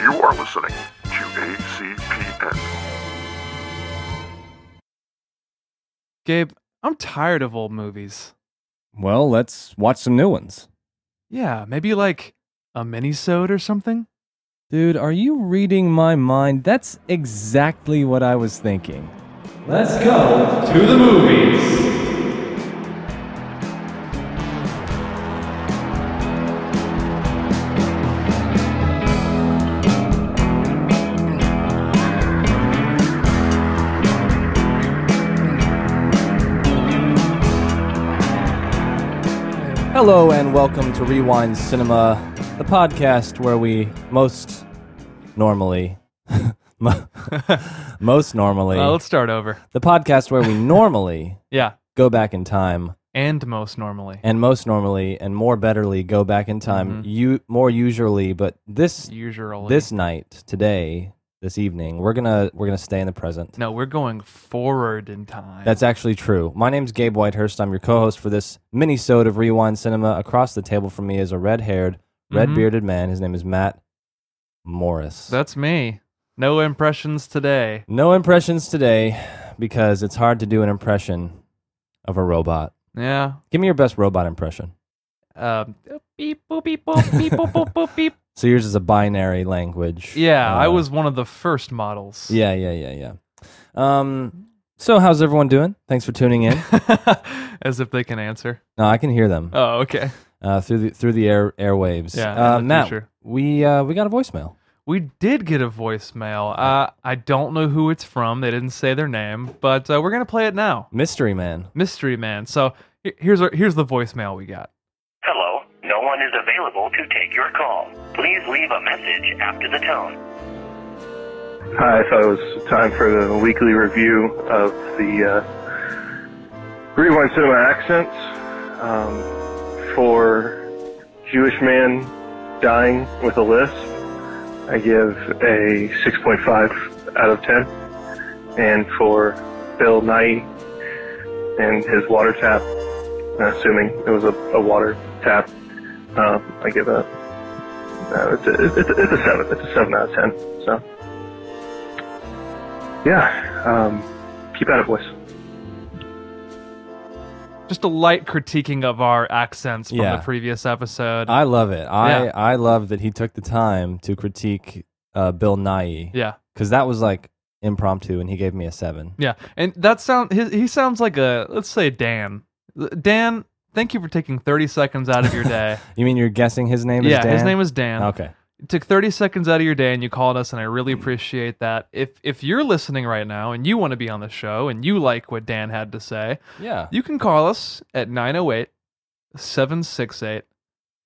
You are listening to ACPN. Gabe, I'm tired of old movies. Well, let's watch some new ones. Yeah, maybe like a minisode or something. Dude, are you reading my mind? That's exactly what I was thinking. Let's go to the movies. Hello, and welcome to Rewind Cinema, the podcast where we most normally, mo- most normally, Uh, let's start over. the podcast where we normally Yeah, go back in time and most normally. and most normally and more betterly go back in Mhm. time you more usually but this Usually. this night today this evening we're gonna we're gonna stay in the present No, we're going forward in time. that's actually true my name's gabe whitehurst i'm your co-host for this mini-sode of rewind cinema across the table from me is a red-haired Mhm. red-bearded man his name is matt morris That's me. No impressions today. no impressions today because it's hard to do an impression of a robot Yeah. give me your best robot impression Um, beep boop beep boop beep boop boop boop beep. so yours is a binary language Yeah, I Uh, was one of the first models. Yeah, yeah, yeah, yeah. Um, so how's everyone doing? Thanks for tuning in. As if they can answer. no, I can hear them Oh, okay. uh, through the through the air airwaves. Yeah, in uh, the Matt, future. we uh, we got a voicemail. We did get a voicemail. Uh, I don't know who it's from. They didn't say their name, but uh, we're gonna play it now. Mystery man. Mystery man. So he- here's our, here's the voicemail we got. Hello, no one is available to take your call. Please leave a message after the tone. Hi, I thought it was time for the weekly review of the uh, Rewind Cinema Accents um, for Jewish Man Dying with a Lisp. I give a 6.5 out of 10. And for Bill Nye and his water tap, assuming it was a, a water tap, uh, I give a, uh, it's, a, it's, a, it's a 7. It's a 7 out of 10. So. Yeah. Um, keep at it, boys. Just a light critiquing of our accents from Yeah. Uh, the previous episode. I love it. I Yeah. I love that he took the time to critique uh, Bill Nye yeah, because that was like impromptu, and he gave me a seven. yeah, and that sound he, he sounds like a let's say Dan. Dan, thank you for taking 30 seconds out of your day. You mean you're guessing his name yeah, is Dan? his name is Dan. Okay. It took 30 seconds out of your day and you called us and I really appreciate that. If if you're listening right now and you want to be on the show and you like what Dan had to say, Yeah. you can call us at 908 768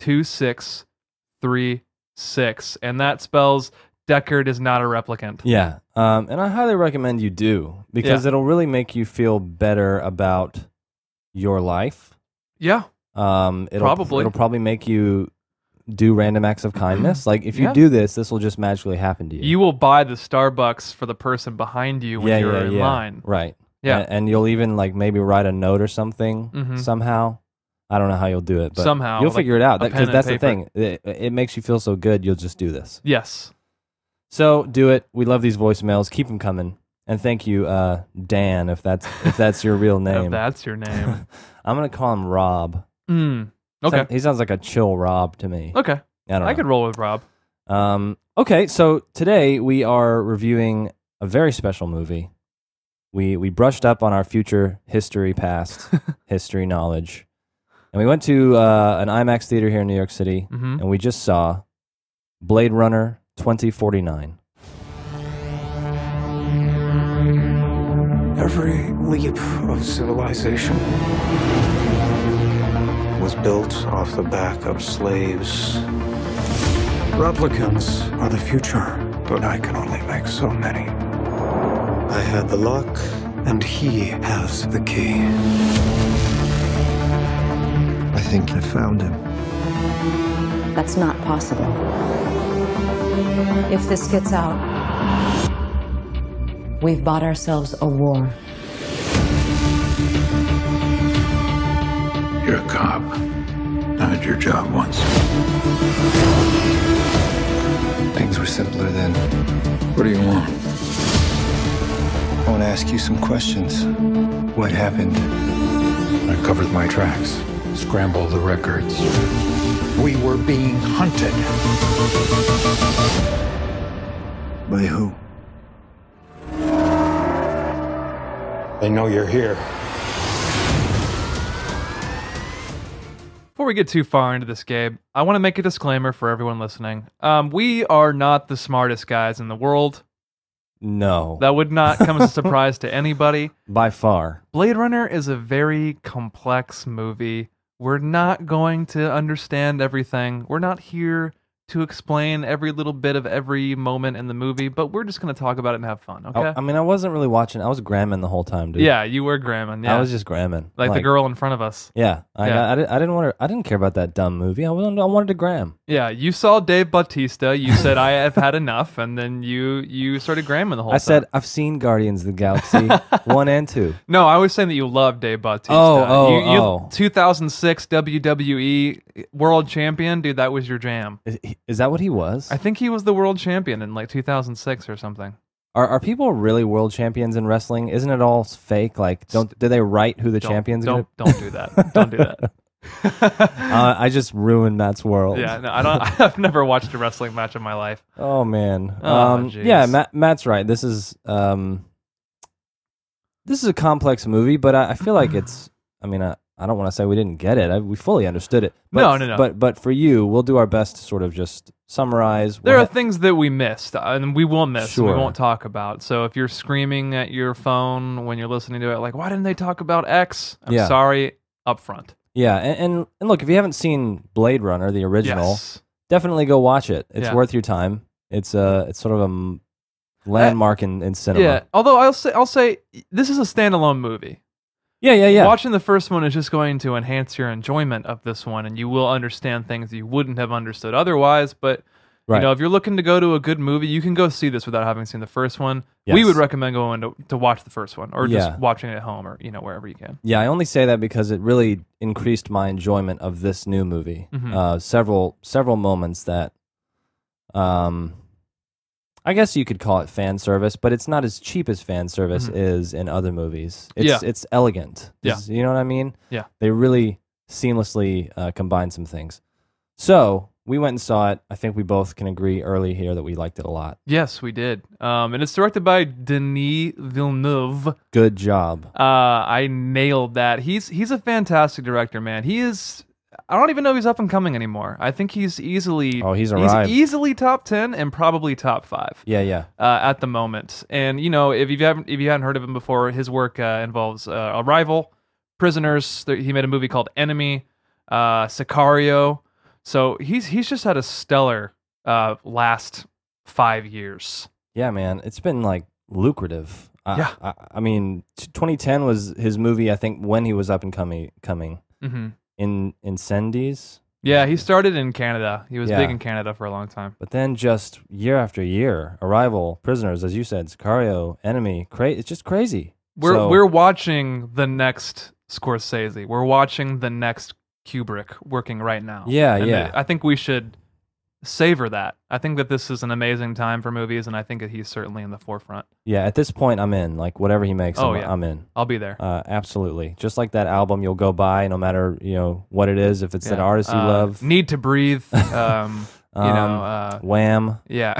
2636 and that spells Deckard is not a replicant. Yeah. Um, and I highly recommend you do because it'll really make you feel better about your life. Yeah. Um, it'll, Probably. it'll probably make you do random acts of kindness. like if you Yeah. do this, this will just magically happen to you. You will buy the Starbucks for the person behind you when yeah, you're yeah, in yeah. line. right? Yeah. A- and, you'll even like maybe write a note or something Mhm. somehow. I don't know how you'll do it, but Somehow, you'll like figure it out a pen because and that's the paper. thing. It, it makes you feel so good, you'll just do this. Yes. So do it. We love these voicemails. Keep them coming. And thank you, uh, Dan, if that's if that's your real If name. uh, that's your name. I'm gonna call him Rob. mm. Sound- Okay. he sounds like a chill Rob to me. Okay. I don't know. I could roll with Rob. Um, okay, so today we are reviewing a very special movie. We we brushed up on our future history, past history knowledge, and we went to uh, an IMAX theater here in New York City, Mhm. and we just saw Blade Runner twenty forty nine. Every leap of civilization was built off the back of slaves. Replicants are the future, but I can only make so many. I had the luck, and he has the key. I think I found him. That's not possible. If this gets out, we've bought ourselves a war. You're a cop. I had your job once. Things were simpler then. What do you want? I want to ask you some questions. What happened? I covered my tracks, scrambled the records. We were being hunted. By who? They know you're here. Before we get too far into this, Gabe, I want to make a disclaimer for everyone listening. Um, we are not the smartest guys in the world. No, That would not come as a surprise to anybody. by far. Blade Runner is a very complex movie. We're not going to understand everything. We're not here to explain every little bit of every moment in the movie, but we're just going to talk about it and have fun, I- okay? I, mean, I wasn't really watching. I was gramming the whole time, dude. yeah, you were Graham. Yeah. I was just gramming. like, the girl in front of us. Yeah, I, Yeah. I, I, didn't, I didn't want to. I didn't care about that dumb movie. I wanted. I wanted to gram. Yeah, you saw Dave Bautista. You said I have had enough, and then you you started gramming the whole. I time. said I've seen Guardians of the Galaxy one and two. no. I was saying that you love Dave Bautista. Oh, oh, you, you, oh. 2006 WWE E World Champion, dude. That was your jam. Is, he- is that what he was? I think he was the world champion in like 2006 or something. are are people really world champions in wrestling? Isn't it all fake? Like, don't do they write who the Don't- champions? Don't don't do that. Don't do that. Gonna, uh, I just ruined Matt's world. yeah, no, I don't. I've never watched a wrestling match in my life. Oh man. Oh, um, yeah, jeez. Matt, Matt's right. This is um, this is a complex movie, but I, I feel like it's. I mean, I, I don't want to say we didn't get it. I, we fully understood it. But, No, no, no. But but for you, we'll do our best to sort of just summarize. There are what- things that we missed, uh, and we will miss, and Sure. we won't talk about. So if you're screaming at your phone when you're listening to it, like, why didn't they talk about X? I'm Yeah. sorry up front. yeah, and, and and look, if you haven't seen Blade Runner, the original, Yes. definitely go watch it. It's Yeah. worth your time. It's uh, it's sort of a m- landmark in, in cinema. Yeah. Although I'll say, I'll say this is a standalone movie. yeah, yeah. yeah. Watching the first one is just going to enhance your enjoyment of this one, and you will understand things you wouldn't have understood otherwise. But Right. you know, if you're looking to go to a good movie, you can go see this without having seen the first one. We Yes. would recommend going to, to watch the first one, or Yeah. just watching it at home, or you know, wherever you can. Yeah, I only say that because it really increased my enjoyment of this new movie. Mhm. Uh, several several moments that, um, I guess you could call it fan service, but it's not as cheap as fan service Mhm. is in other movies. It's it's elegant. Yeah. It's- you know what I mean. Yeah. they really seamlessly uh, combine some things. So we went and saw it. I think we both can agree early here that we liked it a lot. Yes, we did. Um, and it's directed by Denis Villeneuve. Uh, Good job. I nailed that. He's he's a fantastic director, man. He is. I don't even know if he's up and coming anymore. I think he's easily Oh, he's arrived. easily top ten and probably top five Yeah, yeah. uh, at the moment. And you know, if you haven't if you hadn't heard of him before, his work uh, involves uh, Arrival, Prisoners. There, he made a movie called Enemy, uh, Sicario. So he's he's just had a stellar uh, last five years. Yeah, man, it's been like lucrative. I, Yeah. I, I mean, t- 2010 was his movie. I think when he was up and coming, coming hmm in Incendies, Yeah, he started in Canada. He was Yeah. big in Canada for a long time. but then just year after year, Arrival, Prisoners, as you said, Sicario, Enemy, cra- It's just crazy. We're So- we're watching the next Scorsese. We're watching the next Kubrick working right now. Yeah, And yeah. I I think we should savor that. I think that this is an amazing time for movies, and I think that he's certainly in the forefront. yeah. At this point, I'm in. Like whatever he makes, Oh, I'm, yeah. I'm in. I'll be there. Uh, absolutely. Just like that album, you'll go buy no matter you know what it is. If it's an Yeah. artist you Uh, love, Need to breathe. Um, you Um, know, uh, Wham. yeah.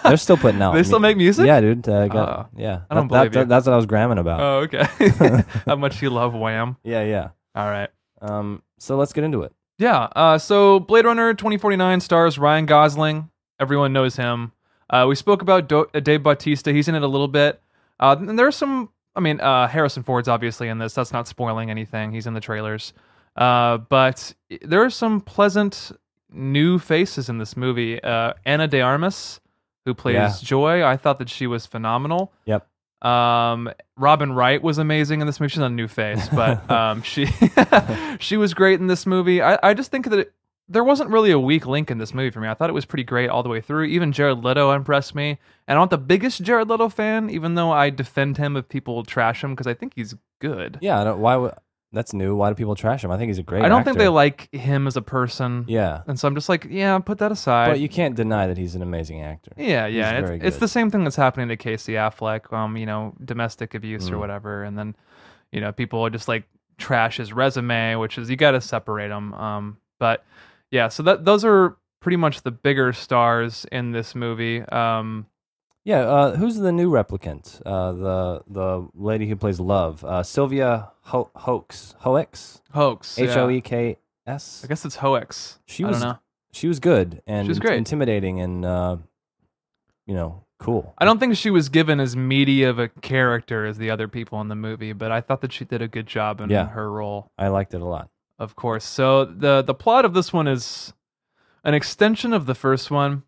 They're still putting out. They still mu- make music? Yeah, dude. Uh, got- Uh, yeah. I don't That- that- believe you. that- That's what I was gramming about. oh, okay. How much you love Wham? yeah, yeah. All right. Um, so let's get into it. Yeah. Uh, so Blade Runner 2049 stars Ryan Gosling. Everyone knows him. Uh, we spoke about Do- uh, Dave Bautista. He's in it a little bit. Uh, and there's some, I mean, uh, Harrison Ford's obviously in this. That's not spoiling anything. He's in the trailers. Uh, but i- there are some pleasant new faces in this movie. Uh, Anna De Armas, who plays Yeah. Joy, I thought that she was phenomenal. Yep. Um, Robin Wright was amazing in this movie. She's not a new face, but um, she she was great in this movie. I, I just think that it, there wasn't really a weak link in this movie for me. I thought it was pretty great all the way through. Even Jared Leto impressed me, and I'm not the biggest Jared Leto fan, even though I defend him if people trash him because I think he's good. Yeah. I don't, why would that's new. Why do people trash him? I think he's a great. I don't think actor. they like him as a person. Yeah, And so I'm just like, yeah, put that aside. but you can't deny that he's an amazing actor. yeah, He's yeah. and very It's, it's good. the same thing that's happening to Casey Affleck, um, you know, domestic abuse Mm. or whatever. And then, you know, people are just like trash his resume, which is you got to separate them. Um, but yeah, so that those are pretty much the bigger stars in this movie. Um, Yeah, uh, who's the new replicant? Uh, the the lady who plays Love, uh, Sylvia Ho- Hoax, Hoex, Hoax. H O yeah. E K S. I guess it's Hoax. She I was don't know. she was good and She was great. intimidating and uh, you know cool. I don't think she was given as meaty of a character as the other people in the movie, but I thought that she did a good job in Yeah. her role. I liked it a lot. Of course. So the the plot of this one is an extension of the first one.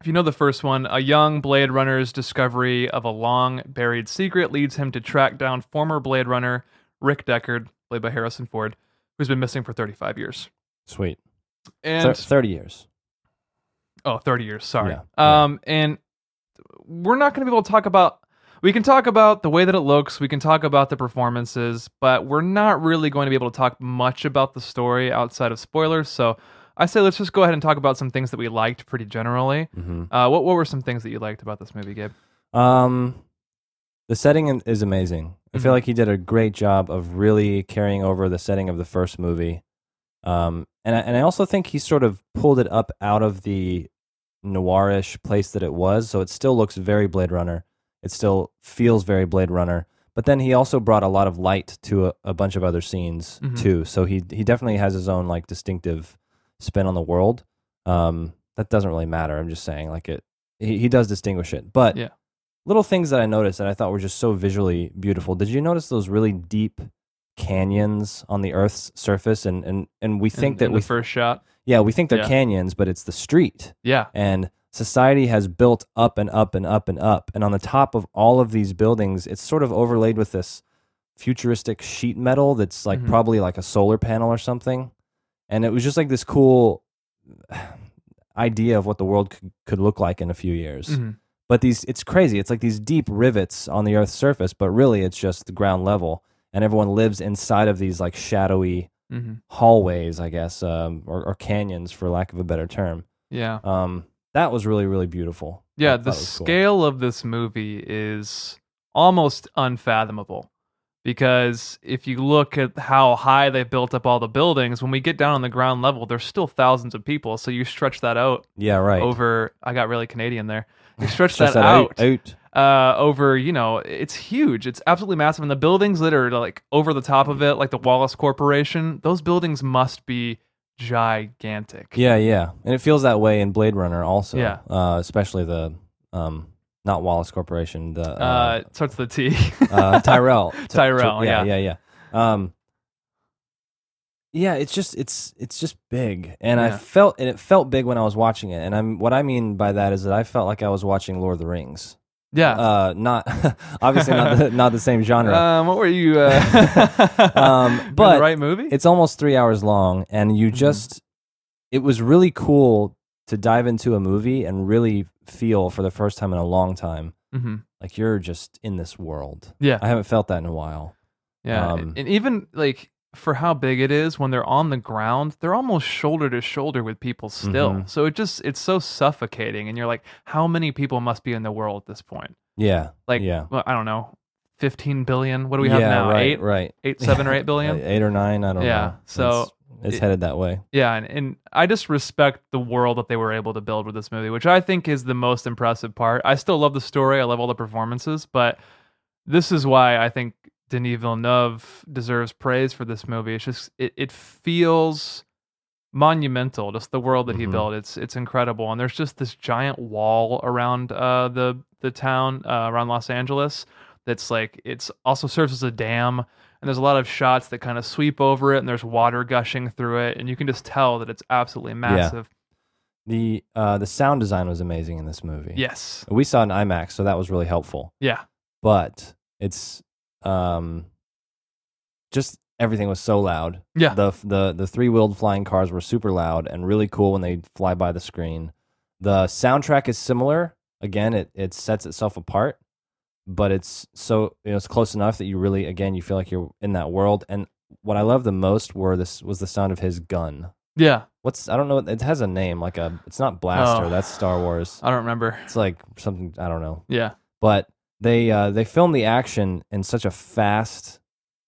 If you know the first one, a young Blade Runner's discovery of a long buried secret leads him to track down former Blade Runner Rick Deckard, played by Harrison Ford, who's been missing for 35 years. Sweet. Thir- And Thirty years. oh, 30 years, sorry. Yeah, yeah. Um and we're not going to be able to talk about we can talk about the way that it looks, we can talk about the performances, but we're not really going to be able to talk much about the story outside of spoilers. So I say let's just go ahead and talk about some things that we liked pretty generally. hmm Uh, what what were some things that you liked about this movie, Gabe? Um, the setting in- is amazing. I feel Mhm. like he did a great job of really carrying over the setting of the first movie. Um, and I, and I also think he sort of pulled it up out of the noirish place that it was, so it still looks very Blade Runner. It still feels very Blade Runner. But then he also brought a lot of light to a, a bunch of other scenes Mhm. too. So he he definitely has his own like distinctive spin on the world. Um, that doesn't really matter. I'm just saying like it. He, he does distinguish it, but Yeah. little things that I noticed that I thought were just so visually beautiful. Did you notice those really deep canyons on the Earth's surface? And and and we think in, that in we the first shot. yeah we think they're Yeah. canyons, but it's the street. Yeah. And society has built up and up and up and up. And on the top of all of these buildings, it's sort of overlaid with this futuristic sheet metal that's like Mhm. probably like a solar panel or something. And it was just like this cool idea of what the world could, could look like in a few years Mhm. but these it's crazy it's like these deep rivets on the earth's surface but really it's just the ground level and everyone lives inside of these like shadowy Mhm. hallways i guess um, or, or canyons for lack of a better term Yeah. um, that was really really beautiful I Yeah, thought the it was cool. scale of this movie is almost unfathomable because if you look at how high they built up all the buildings, when we get down on the ground level, there's still thousands of people. So you stretch that out yeah right over. I got really Canadian there. You stretch Just that, that out, out. Uh, over. You know, it's huge. It's absolutely massive, and the buildings that are like over the top of it, like the Wallace Corporation, those buildings must be gigantic. yeah yeah and it feels that way in blade runner also Yeah. uh, especially the um, not wallace corporation the Uh, uh, it starts with the T. uh, Tyrell. Ty- Tyrell, yeah, yeah, yeah. Um, yeah, it's just it's it's just big, and I Yeah. felt and it felt big when I was watching it, and I'm what I mean by that is that I felt like I was watching Lord of the Rings. yeah. Uh, not obviously not the, not the same genre. Um, what were you? Uh, Um, in the but right movie. it's almost three hours long, and you Mhm. just it was really cool to dive into a movie and really feel for the first time in a long time hmm like you're just in this world. yeah, I haven't felt that in a while. yeah, um, and even like for how big it is when they're on the ground, they're almost shoulder to shoulder with people still. Mhm. So it just it's so suffocating, and you're like, how many people must be in the world at this point? Yeah, Like, yeah. well, I don't know, fifteen billion. What do we have yeah, now? Right, eight, right. eight, seven or eight billion. Uh, Eight or nine, I don't know. Yeah, so it's, it's it- headed that way. Yeah, and, and I just respect the world that they were able to build with this movie, which I think is the most impressive part. I still love the story, I love all the performances, but this is why I think Denis Villeneuve deserves praise for this movie. It's just it, it feels monumental, just the world that he Mhm. built. It's it's incredible, and there's just this giant wall around uh, the the town uh, around Los Angeles that's like it's also serves as a dam and there's a lot of shots that kind of sweep over it and there's water gushing through it and you can just tell that it's absolutely massive The uh, the sound design was amazing in this movie. yes we saw it in IMAX, so that was really helpful. yeah But it's um, just everything was so loud. Yeah. the the the three wheeled flying cars were super loud and really cool when they fly by the screen. The soundtrack is similar. Again, it it sets itself apart. but it's so you know, it's close enough that you really again you feel like you're in that world and what I loved the most were this was the sound of his gun. Yeah, What's I don't know. It has a name like a. It's not blaster. Oh. That's Star Wars. I don't remember. It's like something I don't know. Yeah, But they uh, they filmed the action in such a fast.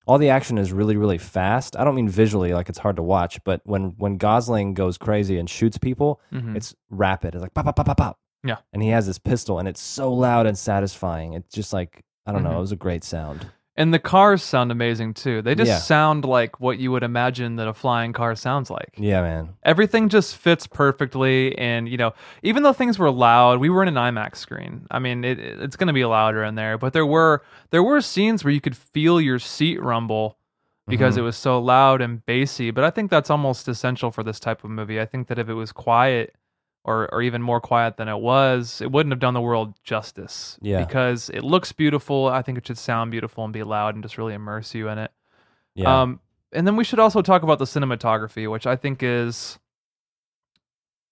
All the action is really really fast. I don't mean visually like it's hard to watch, but when when Gosling goes crazy and shoots people, Mhm. it's rapid. It's like pop pop pop pop pop. Yeah. And he has this pistol, and it's so loud and satisfying. It's just like I don't Mhm. know. It was a great sound. and the cars sound amazing too. They just Yeah. sound like what you would imagine that a flying car sounds like. Yeah, man. Everything just fits perfectly, and you know, even though things were loud, we were in an IMAX screen. I mean, it, it- it's going to be louder in there, but there were there were scenes where you could feel your seat rumble because it was so loud and bassy. But I think that's almost essential for this type of movie. I think that if it was quiet, or or even more quiet than it was, it wouldn't have done the world justice. Yeah. because it looks beautiful. I think it should sound beautiful and be loud and just really immerse you in it. Yeah. Um, and then we should also talk about the cinematography, which I think is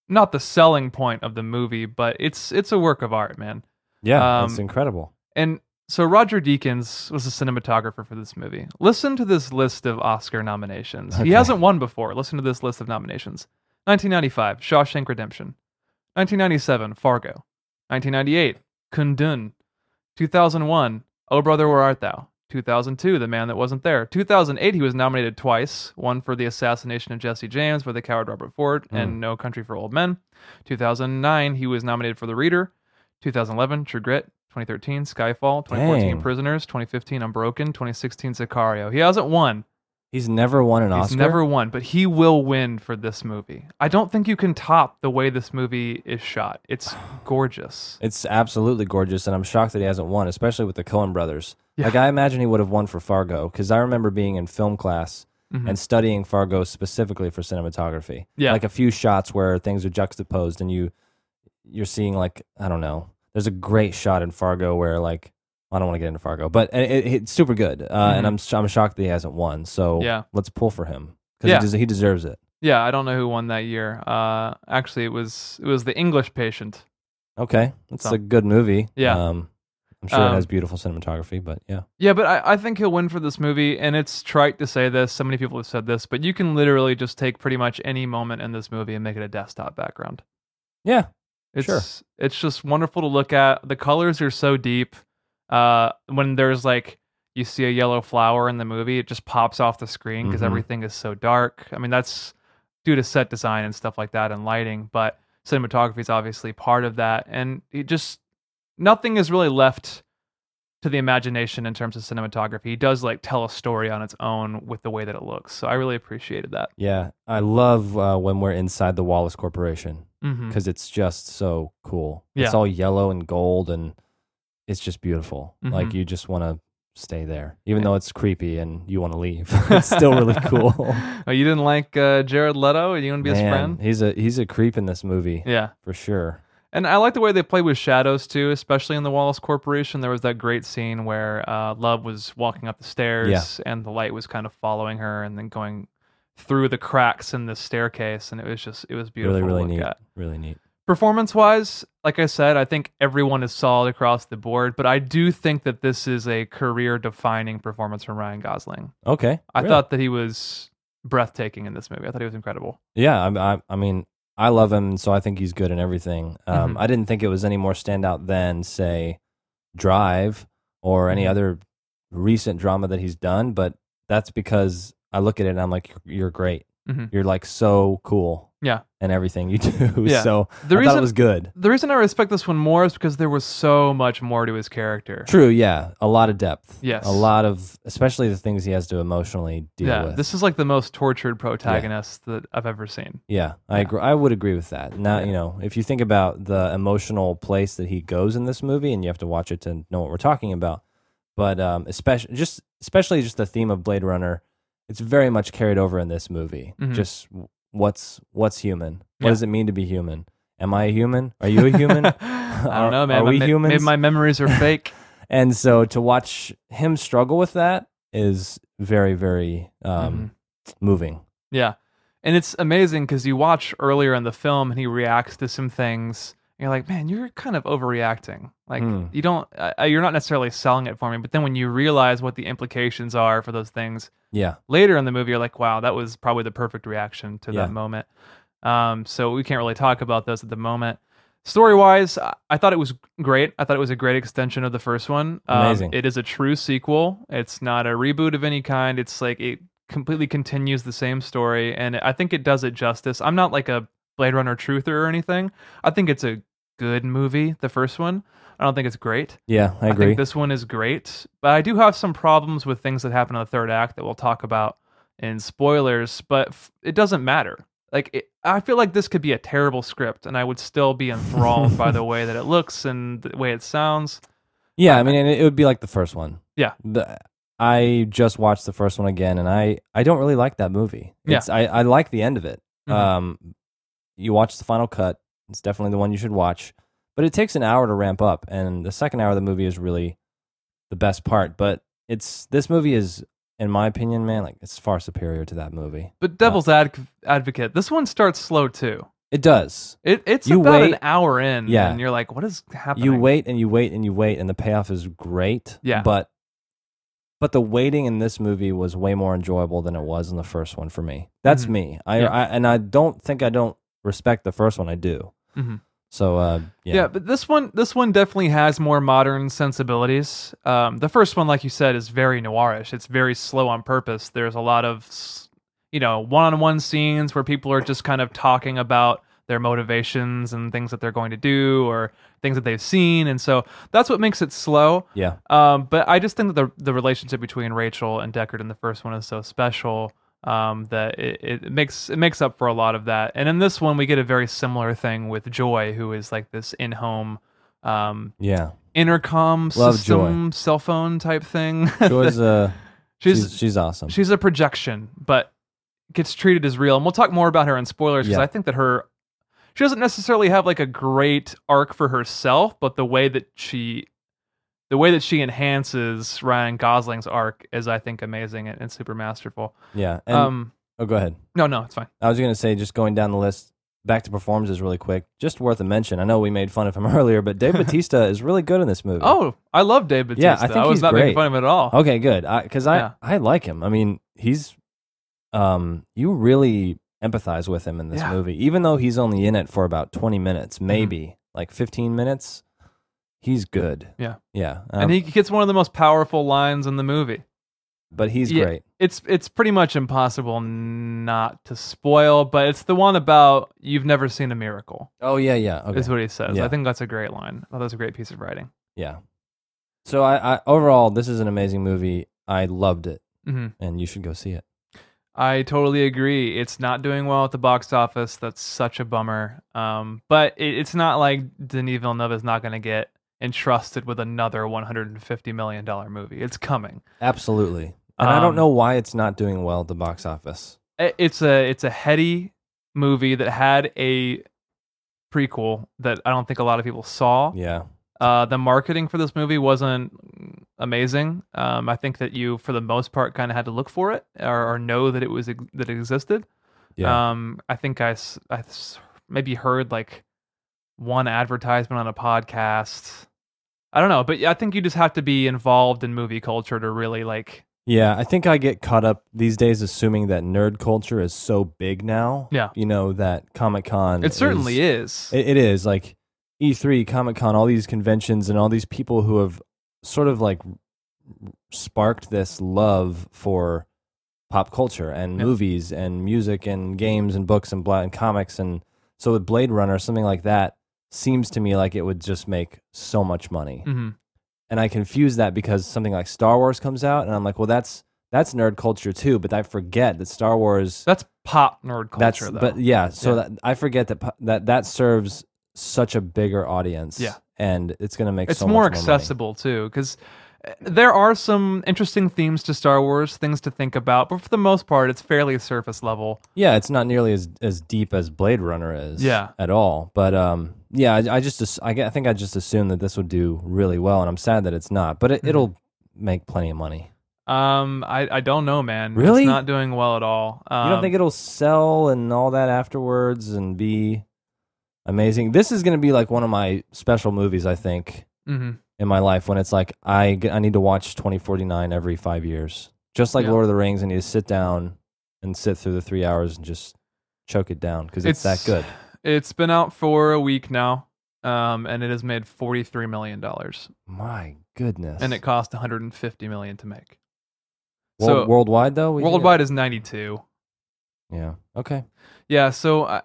not the selling point of the movie, but it's it's a work of art, man. yeah. it's um, incredible. And so Roger Deakins was the cinematographer for this movie. Listen to this list of Oscar nominations. Okay. He hasn't won before. Listen to this list of nominations. 1995, Shawshank Redemption. 1997, Fargo. 1998, Kundun. 2001, Oh Brother Where Art Thou? 2002, The Man That Wasn't There. 2008, he was nominated twice, one for the assassination of Jesse James by the coward Robert Ford Hmm. and No Country for Old Men. 2009, he was nominated for The Reader. 2011, True Grit. 2013, Skyfall. 2014, Dang. Prisoners. 2015, Unbroken. 2016, Sicario. He hasn't won. He's never won an He's Oscar. never won, but he will win for this movie. I don't think you can top the way this movie is shot. It's gorgeous. It's absolutely gorgeous, and I'm shocked that he hasn't won, especially with the Coen brothers. Yeah. Like I imagine he would have won for Fargo, because I remember being in film class Mhm. and studying Fargo specifically for cinematography. Yeah. like a few shots where things are juxtaposed, and you you're seeing like I don't know. There's a great shot in Fargo where like I don't want to get into Fargo, but it, it, it's super good, uh, and I'm sh- I'm shocked that he hasn't won. So Mm-hmm. Yeah. let's pull for him because Yeah. he, des- he deserves it. Yeah, I don't know who won that year. Uh, actually, it was it was the English Patient. Okay, it's So- a good movie. Yeah. Um, I'm sure Um, it has beautiful cinematography, but yeah. Yeah, but I, I think he'll win for this movie, and it's trite to say this. So many people have said this, but you can literally just take pretty much any moment in this movie and make it a desktop background. Yeah. It's Sure. it's just wonderful to look at. The colors are so deep. Uh, when there's like you see a yellow flower in the movie, it just pops off the screen because Mhm. everything is so dark. I mean, that's due to set design and stuff like that and lighting, but cinematography is obviously part of that. And it just nothing is really left to the imagination in terms of cinematography. He does like tell a story on its own with the way that it looks. So I really appreciated that. Yeah. I love uh, when we're inside the Wallace Corporation Mm-hmm. because it's just so cool. It's Yeah. all yellow and gold and it's just beautiful. Like Mhm. you just want to stay there, even though it's creepy and you want to leave. it's still really cool. oh, you didn't like uh, Jared Leto? You want to be his Man, friend? He's a he's a creep in this movie Yeah. for sure. And I like the way they play with shadows too, especially in the Wallace Corporation. There was that great scene where uh, Love was walking up the stairs and the light was kind of following her and then going through the cracks in the staircase. And it was just, it was beautiful. really, really to look neat. at. Really neat. Performance wise, like I said, I think everyone is solid across the board, but I do think that this is a career defining performance from Ryan Gosling. Okay. I really. thought that he was breathtaking in this movie. I thought he was incredible. Yeah, I, I, I mean, I love him, so I think he's good in everything. Um, Mhm. I didn't think it was any more standout than, say, Drive or any Mhm. other recent drama that he's done, but that's because I look at it and I'm like, you're great. Mhm. You're like so cool. Yeah. And everything you do. Yeah. So The I thought reason- it was good. The reason I respect this one more is because there was so much more to his character. True. Yeah. A lot of depth. Yes. A lot of, especially the things he has to emotionally deal yeah, with. this is like the most tortured protagonist that I've ever seen. Yeah, I agree. I would agree with that. Now, you know, if you think about the emotional place that he goes in this movie, and you have to watch it to know what we're talking about. But um, especially just especially just the theme of Blade Runner, it's very much carried over in this movie. Mhm. Just w- what's what's human? Yeah. What does it mean to be human? Am I a human? Are you a human? I don't Are- know, man. Are My- we may- humans? Maybe my memories are fake. and so to watch him struggle with that is very very um, moving. yeah, and it's amazing because you watch earlier in the film and he reacts to some things, you're like, man, you're kind of overreacting. Like Hmm. you don't, uh, you're not necessarily selling it for me. But then when you realize what the implications are for those things Yeah. later in the movie, you're like, wow, that was probably the perfect reaction to Yeah. that moment. Um, so we can't really talk about those at the moment. Story wise, I, I thought it was great. I thought it was a great extension of the first one. Um, Amazing. It is a true sequel. It's not a reboot of any kind. It's like it completely continues the same story, and I think it does it justice. I'm not like a Blade Runner truther or anything. I think it's a good movie. The first one. I don't think it's great. Yeah, I agree. think this one is great, but I do have some problems with things that happen in the third act that we'll talk about in spoilers. But f- it doesn't matter. Like it, I feel like this could be a terrible script, and I would still be enthralled by the way that it looks and the way it sounds. yeah, I mean, and it would be like the first one. Yeah. The, I just watched the first one again, and I I don't really like that movie. Yeah. It's, I I like the end of it. Mhm. Um, you watch the final cut. It's definitely the one you should watch, but it takes an hour to ramp up, and the second hour of the movie is really the best part. But it's this movie is, in my opinion, man, like it's far superior to that movie. But Devil's adv- Advocate, this one starts slow too. It does. It, it's You about wait- an hour in, Yeah. and you're like, "What is happening?" you wait and you wait and you wait and the payoff is great Yeah. but but the waiting in this movie was way more enjoyable than it was in the first one for me that's Mhm. me I, Yeah. I and i don't think i don't respect the first one i do Mhm. so uh yeah, Yeah. but this one this one definitely has more modern sensibilities. Um, the first one, like you said, is very noirish. It's very slow on purpose. There's a lot of s- you know one-on-one scenes where people are just kind of talking about their motivations and things that they're going to do or things that they've seen, and so that's what makes it slow. Yeah. Um, but I just think that the the relationship between Rachel and Deckard in the first one is so special um, that it, it makes it makes up for a lot of that. And in this one, we get a very similar thing with Joy, who is like this in home um, yeah intercom Love system cell phone type thing. Joy's, uh, she's, she's she's awesome she's a projection, but gets treated as real. And we'll talk more about her in spoilers because Yeah. I think that her she doesn't necessarily have like a great arc for herself, but the way that she the way that she enhances Ryan Gosling's arc is I think amazing and, and super masterful. yeah and, um oh go ahead no, no, it's fine. I was going to say, just going down the list, back to performances really quick, just worth a mention. I know we made fun of him earlier, but Dave Batista is really good in this movie. Oh, I love David Uh, Yeah, I Bautista. think was he's not great. Oh, making fun of him at all. Okay, good. Because I, Yeah. I, like him. I mean, he's um, you really empathize with him in this Yeah. Mm-hmm. movie, even though he's only in it for about twenty minutes, maybe like fifteen minutes. He's good. Yeah. yeah. um, and he gets one of the most powerful lines in the movie. but he's Yeah. great. It's it's pretty much impossible not to spoil, but it's the one about you've never seen a miracle. Oh yeah, yeah. Okay. is what he says. Yeah. I think that's a great line. Oh, that's a great piece of writing. yeah. So I, I overall, this is an amazing movie. I loved it, hmm and you should go see it. I totally agree. It's not doing well at the box office. That's such a bummer. Um, but it, it's not like Denis Villeneuve is not going to get entrusted with another 150 million dollar movie. It's coming. Absolutely. And I don't Um, know why it's not doing well at the box office. I- It's a it's a heady movie that had a prequel that I don't think a lot of people saw. Yeah. Uh, the marketing for this movie wasn't amazing. Um, I think that you, for the most part, kind of had to look for it or, or know that it was ex- that it existed. Yeah. Um, I think I, s- I s- maybe heard like one advertisement on a podcast. I don't know, but I think you just have to be involved in movie culture to really like. Yeah, I think I get caught up these days assuming that nerd culture is so big now. Yeah. You know, that Comic Con. It certainly is. It, it is. Like E3, Comic Con, all these conventions, and all these people who have sort of like sparked this love for pop culture and Yeah. movies and music and games and books and, blah, and comics. And so with Blade Runner, something like that seems to me like it would just make so much money hmm and I confuse that because something like Star Wars comes out, and I'm like, well, that's that's nerd culture too. But I forget that Star Wars. That's pop nerd culture, That's though. but yeah. So Yeah. That, I forget that pu- that that serves such a bigger audience. Yeah. and it's gonna make it's so more much money. accessible too because there are some interesting themes to star wars things to think about but for the most part it's fairly surface level Yeah, it's not nearly as as deep as Blade Runner is. Yeah. at all. But um, yeah, I, I just ass- I, get- I think I just assumed that this would do really well, and I'm sad that it's not. But it, Mm-hmm. it'll make plenty of money. um i, I don't know man Really? it's not doing well at all um, you don't think it'll sell and all that afterwards and be? amazing. This is going to be like one of my special movies, I think, hmm in my life when it's like I, g- I need to watch 2049 every five years. Just like Yeah. Lord of the Rings, I need to sit down and sit through the three hours and just choke it down because it's, that good. It's been out for a week now, um, and it has made forty three million dollars, My goodness. and it cost one hundred and fifty million to make. World, so- worldwide, though? we did it? Worldwide is ninety two. Yeah. Okay. Yeah, so I,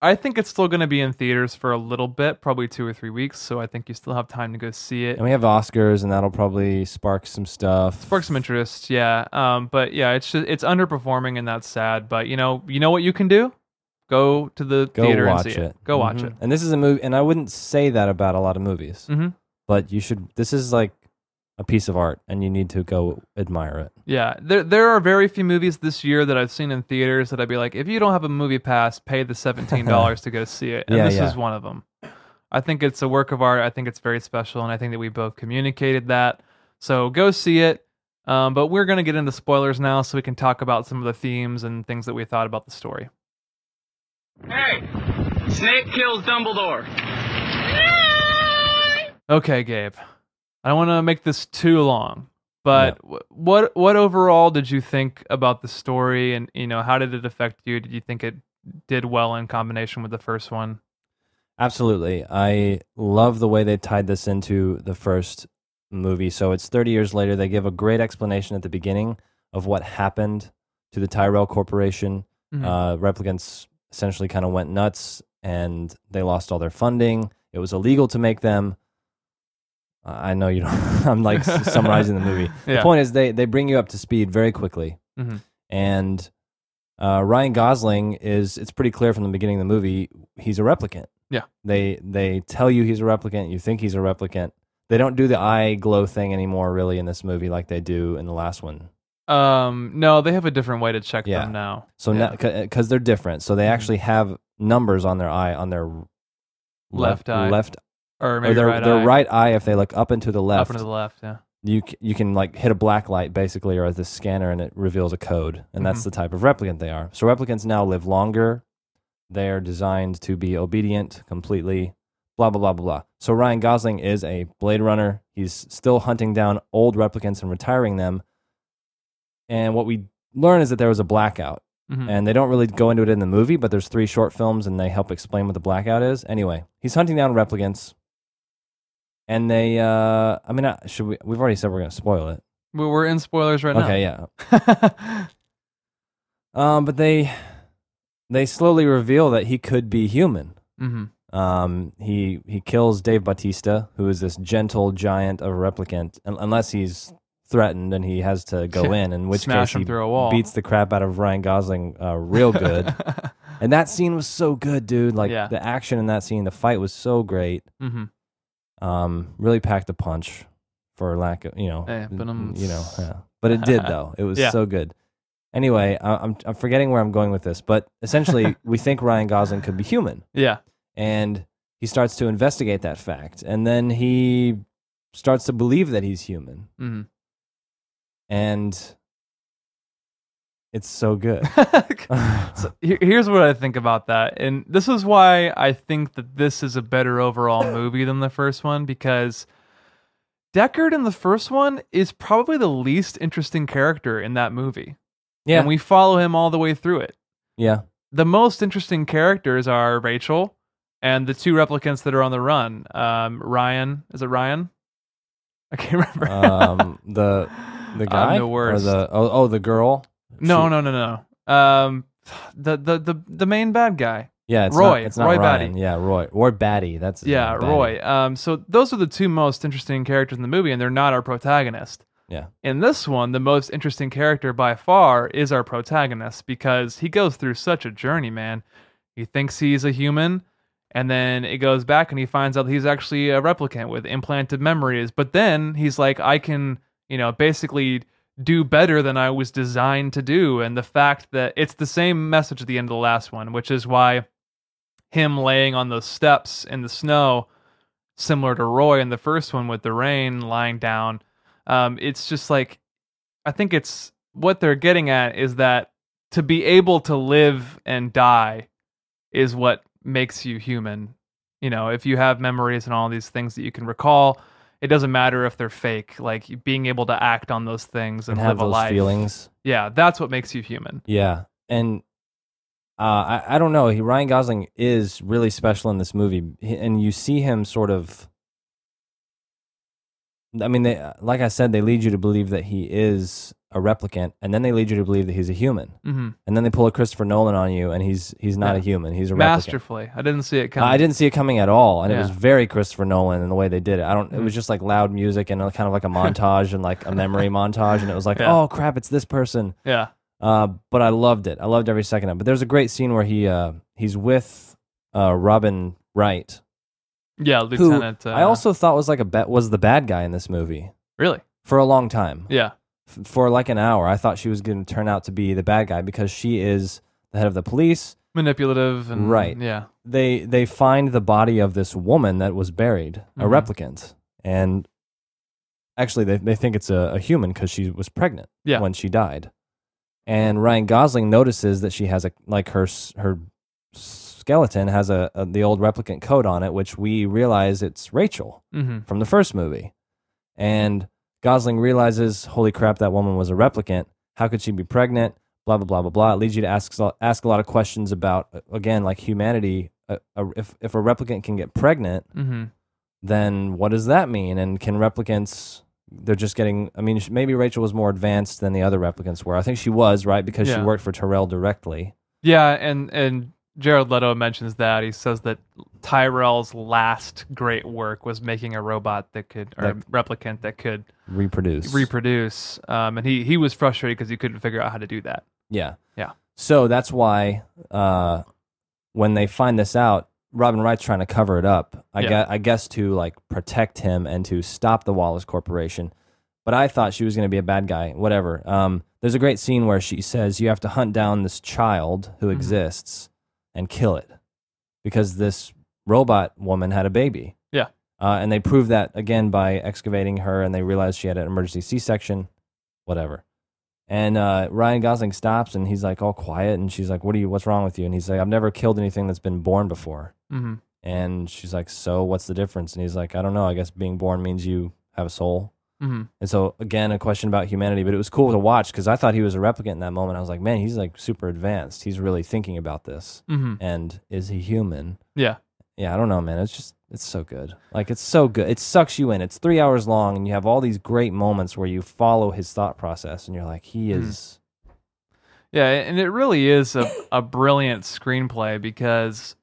I think it's still going to be in theaters for a little bit, probably two or three weeks. So I think you still have time to go see it. And we have Oscars, and that'll probably spark some stuff. spark some interest yeah um but yeah it's just, it's underperforming and that's sad but you know you know what you can do go to the Go theater and watch it. see it. go watch Mhm. it And this is a movie, and I wouldn't say that about a lot of movies, Mhm. but you should. This is like a piece of art, and you need to go admire it. yeah there there are very few movies this year that i've seen in theaters that i'd be like if you don't have a movie pass pay the $17 to go see it and Yeah, this yeah. is one of them i think it's a work of art i think it's very special and i think that we both communicated that so go see it um, but we're going to get into spoilers now so we can talk about some of the themes and things that we thought about the story Hey, Snape kills Dumbledore. Okay, Gabe. I don't want to make this too long, but wh- what what overall did you think about the story, and you know how did it affect you? Did you think it did well in combination with the first one? Absolutely, I love the way they tied this into the first movie. So it's 30 years later. They give a great explanation at the beginning of what happened to the Tyrell Corporation. Mhm. Uh, replicants essentially kind of went nuts, and they lost all their funding. It was illegal to make them. I I know you don't. I'm like s- summarizing the movie. Yeah. The point is, they they bring you up to speed very quickly, Mhm. and uh, Ryan Gosling is. It's pretty clear from the beginning of the movie he's a replicant. Yeah. they they tell you he's a replicant. You think he's a replicant. They don't do the eye glow thing anymore, really, in this movie like they do in the last one. Um, no, they have a different way to check Yeah. them now. So Yeah. Mm-hmm. because they're different, so they actually have numbers on their eye on their Left eye. left or or maybe their right their eye, right eye. If they look up into the up left, and to the left. Yeah, you c- you can like hit a black light basically, or the scanner, and it reveals a code, and that's Mhm. the type of replicant they are. So replicants now live longer. They are designed to be obedient completely. Blah blah blah blah blah. So Ryan Gosling is a Blade Runner. He's still hunting down old replicants and retiring them. And what we learn is that there was a blackout Mhm. and they don't really go into it in the movie, but there's three short films and they help explain what the blackout is. Anyway, he's hunting down replicants, and they. Uh, I mean, I- should we? We've already said we're going to spoil it. We- we're in spoilers right okay, yeah. now. Um, but they they slowly reveal that he could be human. Mhm. Um, he he kills Dave Bautista, who is this gentle giant of a replicant, un- unless he's threatened and he has to go Yeah. in, in which Smash case him he through a wall. beats the crap out of Ryan Gosling uh, real good. And that scene was so good, dude. Like Yeah. the action in that scene, the fight was so great. Mhm. Um, really packed a punch for lack of you know, Eh, but, um, you know, yeah. but it did though. It was Yeah. so good. Anyway, I, I'm I'm forgetting where I'm going with this, but essentially, we think Ryan Gosling could be human, Yeah. and he starts to investigate that fact, and then he starts to believe that he's human, Mhm. and it's so good. Mm-hmm. So here- here's what I think about that, and this is why I think that this is a better overall movie than the first one because Deckard in the first one is probably the least interesting character in that movie. yeah, and we follow him all the way through it. yeah, The most interesting characters are Rachel and the two replicants that are on the run. Um, Ryan, is it Ryan? I can't remember. um, the the I'm guy the worst. or the oh, oh the girl. no, She- no, no, no. Um, the the the the main bad guy. Yeah, it's Roy, Not, it's not Roy Ryan. Batty. Yeah, Roy or Batty. That's his Yeah, name, Batty. Roy. Um, so those are the two most interesting characters in the movie, and they're not our protagonist. Yeah. In this one, the most interesting character by far is our protagonist because he goes through such a journey, man. He thinks he's a human, and then it goes back and he finds out he's actually a replicant with implanted memories. But then he's like, I can, you know, basically do better than I was designed to do. And the fact that it's the same message at the end of the last one, which is why him laying on those steps in the snow, similar to Roy in the first one with the rain lying down. Um, it's just like, I think it's what they're getting at is that to be able to live and die is what makes you human You know, if you have memories and all these things that you can recall, it doesn't matter if they're fake. Like being able to act on those things and, and have live a those life. feelings. Yeah, that's what makes you human. Yeah, and uh, I I don't know. He, Ryan Gosling is really special in this movie, He- and you see him sort of. I mean, they like I said, they lead you to believe that he is a replicant, and then they lead you to believe that he's a human, hmm and then they pull a Christopher Nolan on you, and he's he's not Yeah. a human, he's a replicant. Masterfully. I didn't see it Uh, coming. I didn't see it coming at all, and it was Yeah. very Christopher Nolan in the way they did it. I don't. It Mhm. was just like loud music and a, kind of like a montage and like a memory montage, and it was like, Yeah. oh crap, it's this person. Yeah. Uh, but I loved it. I loved every second of it. But there's a great scene where he uh, he's with uh, Robin Wright, Yeah, who Lieutenant. uh, I also thought was like a bet was the bad guy in this movie really. for a long time. Yeah. F- for like an hour, I thought she was going to turn out to be the bad guy because she is the head of the police. Manipulative and Right. Yeah. They they find the body of this woman that was buried, a Mhm. replicant, and actually they they think it's a, a human because she was pregnant Yeah. when she died, and Ryan Gosling notices that she has a like her s- her skeleton has a, a the old replicant coat on it, which we realize it's Rachel hmm from the first movie. And Gosling realizes, holy crap, that woman was a replicant. How could she be pregnant? Blah, blah, blah, blah, blah. It leads you to ask, ask a lot of questions about, uh, again, like humanity. Uh, uh, if, if a replicant can get pregnant, hmm then what does that mean? And can replicants, they're just getting, I mean, sh- maybe Rachel was more advanced than the other replicants were. I think she was, right? Because she Yeah. worked for Terrell directly. Yeah, and and Jared Leto mentions that he says that Tyrell's last great work was making a robot that could or That- a replicant that could Reproduce. reproduce. Um, and he he was frustrated because he couldn't figure out how to do that. Yeah. Yeah. So that's why uh, when they find this out, Robin Wright's trying to cover it up. I, Yeah. guess, I guess to like protect him and to stop the Wallace Corporation. But I thought she was going to be a bad guy. Whatever. Um, there's a great scene where she says you have to hunt down this child Mm-hmm. who exists and kill it because this robot woman had a baby. Yeah. Uh, and they prove that again by excavating her, and they realize she had an emergency C-section. Whatever. And uh, Ryan Gosling stops and he's like all quiet. And she's like, What are you, what's wrong with you? And he's like, I've never killed anything that's been born before. hmm And she's like, So what's the difference? And he's like, I don't know. I guess being born means you have a soul. hmm And so, again, a question about humanity, but it was cool to watch because I thought he was a replicant in that moment. I was like, Man, he's like super advanced. He's really thinking about this. hmm And is he human? Yeah. Yeah, I don't know, man. It's just, it's so good. Like, it's so good. It sucks you in. It's three hours long, and you have all these great moments where you follow his thought process, and you're like, He Hmm. is. Yeah, and it really is a, a brilliant screenplay because,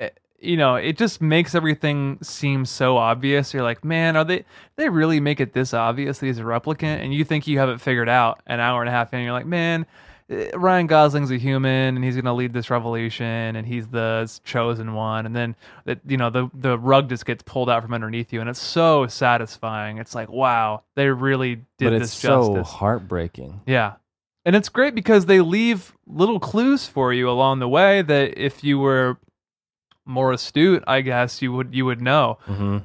eh, you know, it just makes everything seem so obvious. You're like, man, are they they really make it this obvious that he's a replicant? And you think you have it figured out an hour and a half in, you're like, man, eh, Ryan Gosling's a human and he's gonna lead this revolution and he's the chosen one. And then that you know the the rug just gets pulled out from underneath you, and it's so satisfying. It's like, wow, they really did but this it's so justice. heartbreaking. Yeah. And it's great because they leave little clues for you along the way that if you were more astute, I guess you would you would know.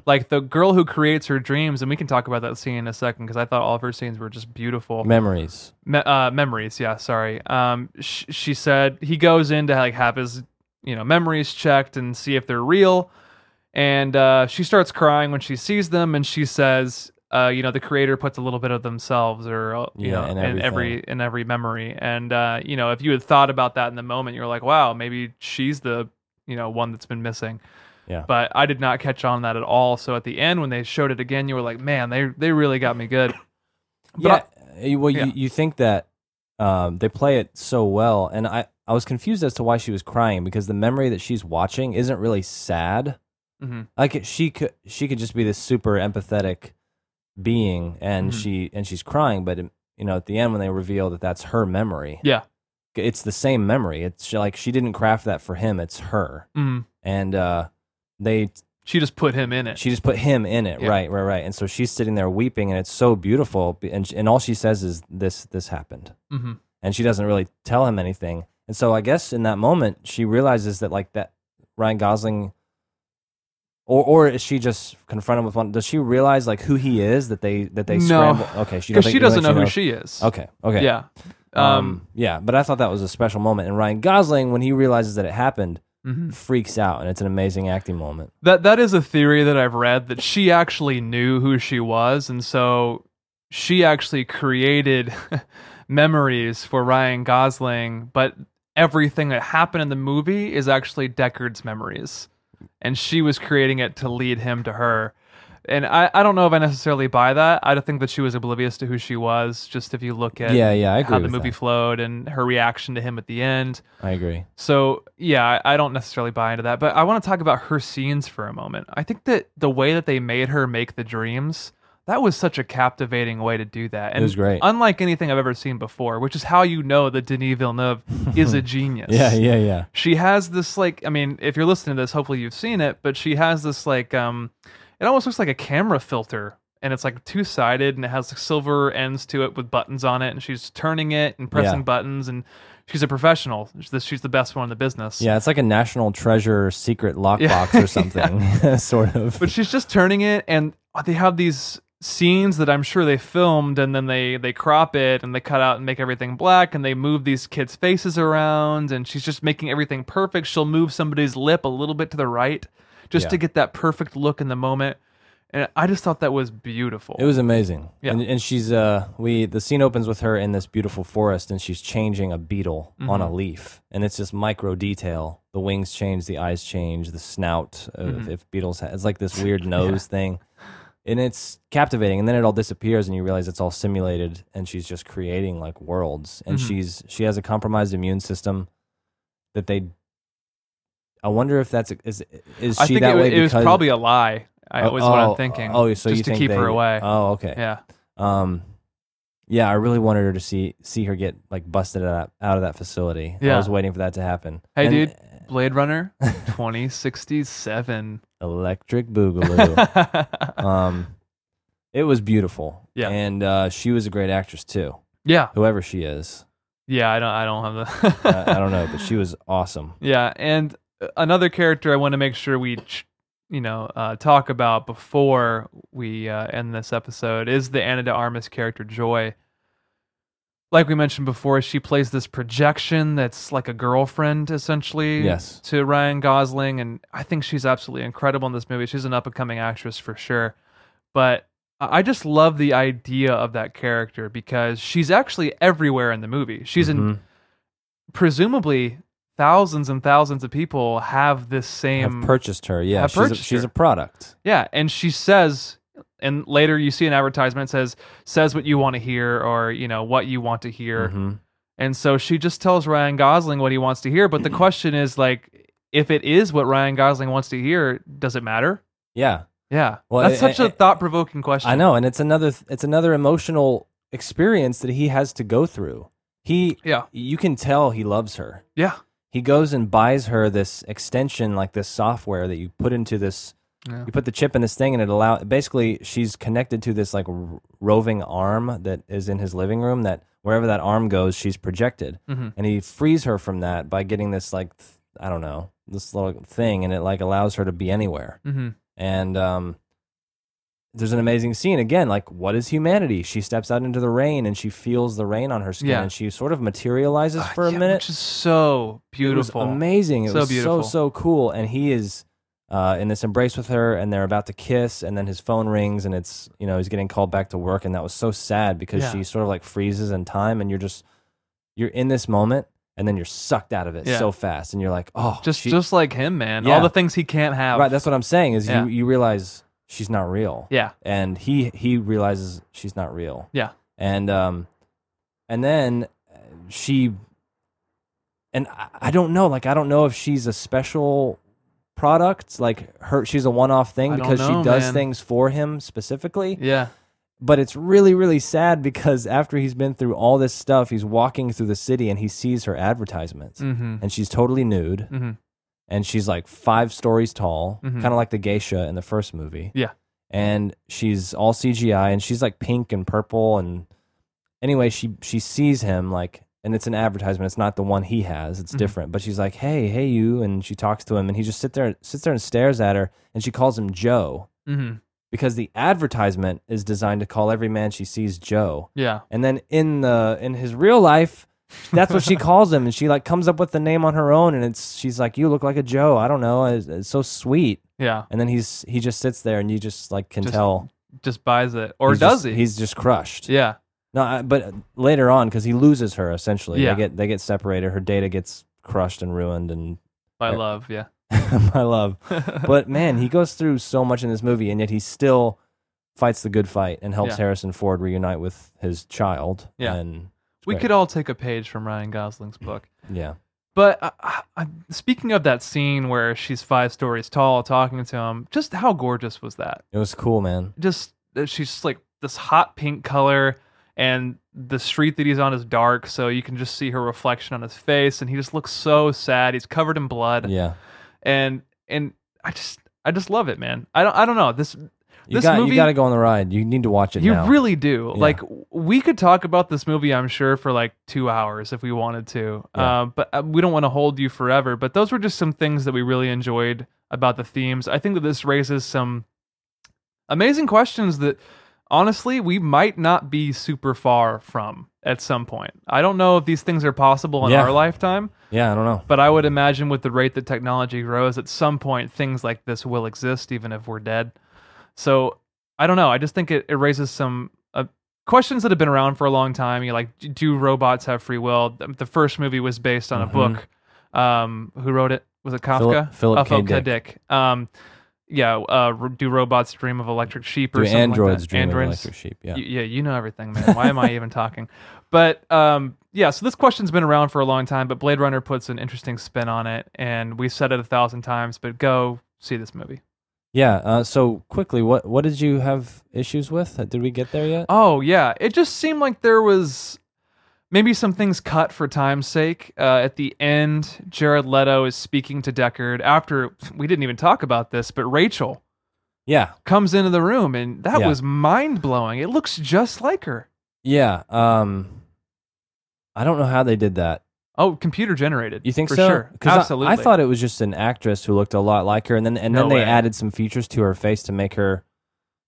Like the girl who creates her dreams, and we can talk about that scene in a second because I thought all of her scenes were just beautiful. Memories. Me- uh, memories, yeah, sorry. Um, sh- she said he goes in to like have his you know memories checked and see if they're real, and uh, she starts crying when she sees them, and she says, uh, you know, the creator puts a little bit of themselves or uh, you Yeah, know in in, everything. every in every memory, and uh, you know, if you had thought about that in the moment, you're like, wow, maybe she's the you know one that's been missing. Yeah. But I did not catch on that at all. So at the end, when they showed it again, you were like, man, they they really got me good. Yeah. But uh, well, yeah. You, you think that um, they play it so well, and I, I was confused as to why she was crying because the memory that she's watching isn't really sad. I, Mhm. Like it- she could she could just be this super empathetic being, and Mhm. she and she's crying, but you know at the end when they reveal that that's her memory, yeah. it's the same memory. It's like she didn't craft that for him; it's her, Mm. and uh, they She just put him in it. She just put him in it, Yeah. right, right, right. And so she's sitting there weeping, and it's so beautiful. b- And and all she says is, "This, this happened," Mhm. and she doesn't really tell him anything. And so I guess in that moment, she realizes that like that Ryan Gosling, or or is she just confronted with one? Does she realize like who he is that they that they No. scramble? Okay, she don't because think- she you don't doesn't know think who knows? she is. Okay, okay, Yeah. Um, um, yeah, but I thought that was a special moment. And Ryan Gosling, when he realizes that it happened, Mhm. freaks out, and it's an amazing acting moment. That that is a theory that I've read that she actually knew who she was, and so she actually created memories for Ryan Gosling, but everything that happened in the movie is actually Deckard's memories. And she was creating it to lead him to her. And I, I don't know if I necessarily buy that. I don't think that she was oblivious to who she was, just if you look at Yeah, yeah, I agree how the with movie that. flowed and her reaction to him at the end. I agree. So yeah, I I don't necessarily buy into that, but I want to talk about her scenes for a moment. I think that the way that they made her make the dreams that was such a captivating way to do that. And was great. Unlike anything I've ever seen before, which is how you know that Denis Villeneuve is a genius. Yeah, yeah, yeah. She has this like I mean, if you're listening to this, hopefully you've seen it, but she has this like um it almost looks like a camera filter and it's like two sided and it has like silver ends to it with buttons on it and she's turning it and pressing Yeah. buttons and she's a professional. She's the, she's the best one in the business. Yeah, it's like a national treasure secret lockbox or something, sort of. But she's just turning it and they have these scenes that I'm sure they filmed and then they they crop it and they cut out and make everything black and they move these kids' faces around and she's just making everything perfect. She'll move somebody's lip a little bit to the right just Yeah. to get that perfect look in the moment. And I just thought that was beautiful. It was amazing. Yeah. And, and she's uh we the scene opens with her in this beautiful forest and she's changing a beetle on Mm-hmm. a leaf and it's just micro detail. The wings change, the eyes change, the snout of Mm-hmm. if beetles ha- it's like this weird nose thing. And it's captivating and then it all disappears and you realize it's all simulated and she's just creating like worlds Mm-hmm. and she's she has a compromised immune system that they I wonder if that's is is she I think that it, wa- way it was because- probably a lie. I was what I'm thinking. Oh, so just you to think keep her they- away. Oh, okay. yeah. Um, yeah, I really wanted her to see see her get like busted out, out of that facility. I Yeah. was waiting for that to happen. Hey, And dude, Blade Runner 2067. Electric Boogaloo. um, it was beautiful. Yeah. and uh, she was a great actress too. yeah. Whoever she is, Yeah, I don't I don't have the I, I don't know, but she was awesome. Yeah, and uh, another character I want to make sure we ch- you know, uh, talk about before we uh, end this episode is the Anna de Armas character Joy. Like we mentioned before, she plays this projection that's like a girlfriend essentially Yes. to Ryan Gosling and I think she's absolutely incredible in this movie. She's an up and coming actress for sure. But I I just love the idea of that character because she's actually everywhere in the movie. She's in Mhm. presumably thousands and thousands of people have this same Have purchased her. Yeah, have she's, purchased a, she's her. a product. yeah and she says and later you see an advertisement that says says what you want to hear or you know what you want to hear Mhm. and so she just tells Ryan Gosling what he wants to hear but the question is like if it is what Ryan Gosling wants to hear does it matter Yeah, yeah Well, that's I- such I- a thought provoking question I know, and it's another th- it's another emotional experience that he has to go through. He yeah you can tell he loves her. yeah he goes and buys her this extension like this software that you put into this Yeah. you put the chip in this thing and it allow basically she's connected to this like r- roving arm that is in his living room that wherever that arm goes she's projected Mhm. and he frees her from that by getting this like th- i don't know this little thing and it like allows her to be anywhere mm-hmm. and um, there's an amazing scene again. Like, what is humanity? She steps out into the rain and she feels the rain on her skin, Yeah. Uh, and she sort of materializes for a Yeah, minute. which is so beautiful It was amazing. It So was beautiful. so so cool. And he is uh, in this embrace with her, and they're about to kiss, and then his phone rings, and it's you know he's getting called back to work, and that was so sad because Yeah. she sort of like freezes in time, and you're just you're in this moment, and then you're sucked out of it Yeah. so fast, and you're like, oh, just she- just like him man Yeah. all the things he can't have right. That's what I'm saying is Yeah. you you realize she's not real yeah and he he realizes she's not real yeah and um and then uh, she and I, I don't know like i don't know if she's a special product like her she's a one-off thing I don't because know, she does man. things for him specifically yeah but it's really really sad because after he's been through all this stuff he's walking through the city and he sees her advertisement mm-hmm and she's totally nude Mhm. and she's like five stories tall Mhm. kind of like the geisha in the first movie Yeah. and she's all cgi and she's like pink and purple and anyway she she sees him like and it's an advertisement it's not the one he has it's Mhm. different but she's like hey hey you and she talks to him and he just sit there sits there and stares at her and she calls him joe mm-hmm because the advertisement is designed to call every man she sees joe yeah and then in the in his real life, That's what she calls him, and she like comes up with the name on her own, and it's she's like, "You look like a Joe." I don't know. It's, it's so sweet. Yeah. And then he's he just sits there, and you just like can Just- tell, Just buys it, or He's does just- he? He's just crushed. yeah. No, I, but later on, because he loses her essentially. Yeah. They get they get separated. Her data gets crushed and ruined, and By love. Yeah. my love. But man, he goes through so much in this movie, and yet he still fights the good fight and helps Yeah. Harrison Ford reunite with his child. Yeah. and it's we great. could all take a page from Ryan Gosling's book. yeah. But uh, uh, speaking of that scene where she's five stories tall talking to him, just how gorgeous was that? It was cool, man. Just uh, she's like this hot pink color, and the street that he's on is dark, so you can just see her reflection on his face, and he just looks so sad. He's covered in blood, Yeah, and and I just I just love it, man. I don't I don't know this. you this got movie, you got to go on the ride. You need to watch it. you now. really do. Yeah. Like we could talk about this movie, I'm sure, for like two hours if we wanted to. Yeah. Uh, but uh, we don't want to hold you forever. But those were just some things that we really enjoyed about the themes. I think that this raises some amazing questions that honestly we might not be super far from at some point. I don't know if these things are possible in Yeah. our lifetime, Yeah, I don't know. but I would imagine with the rate that technology grows, at some point things like this will exist, even if we're dead. So I don't know. I just think it, it raises some uh, questions that have been around for a long time. You know, like, d- do robots have free will? The the first movie was based on a book. Um, who wrote it? Was it Kafka? Mm-hmm. Philip- Philip Uh, K. Dick. Um, yeah. Uh, r- do robots dream of electric sheep or Do something androids like that? dream Androids? of electric sheep? Yeah. Y- yeah, you know everything, man. Why am I even talking? But um, yeah, so this question's been around for a long time, but Blade Runner puts an interesting spin on it, and we've said it a thousand times, but go see this movie. Yeah. Uh, so quickly, what what did you have issues with? Uh, Did we get there yet? Oh yeah, it just seemed like there was maybe some things cut for time's sake. Uh, at the end, Jared Leto is speaking to Deckard after we didn't even talk about this, but Rachel Yeah. comes into the room, and that Yeah. was mind blowing. It looks just like her. Yeah. Um, I don't know how they did that. Oh, computer generated. You think for so? Sure, 'Cause I- absolutely. I, thought it was just an actress who looked a lot like her, and then and No then they way. added some features to her face to make her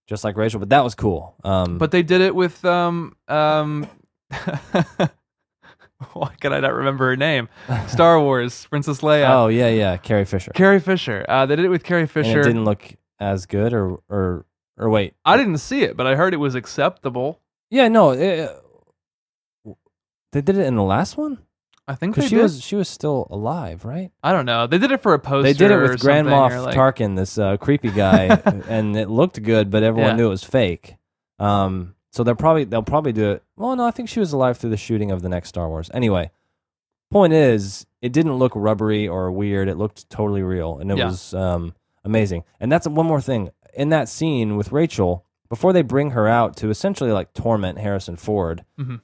just like Rachel. But that was cool. Um, But they did it with um um. why can I not remember her name? Star Wars Princess Leia. oh yeah, yeah, Carrie Fisher. Carrie Fisher. Uh, they did it with Carrie and Fisher. it didn't look as good, or or or wait, I didn't see it, but I heard it was acceptable. yeah, no, it, they did it in the last one I think they because she did. was she was still alive, right? I don't know. They did it for a poster. They did it or with something, Grand Moff or like, Tarkin, this uh, creepy guy, and it looked good, but everyone Yeah. knew it was fake. Um, so they'll probably they'll probably do it. Well, no, I think she was alive through the shooting of the next Star Wars. Anyway, point is, it didn't look rubbery or weird. It looked totally real, and it Yeah. was um, amazing. And that's one more thing in that scene with Rachel before they bring her out to essentially like torment Harrison Ford. Mhm.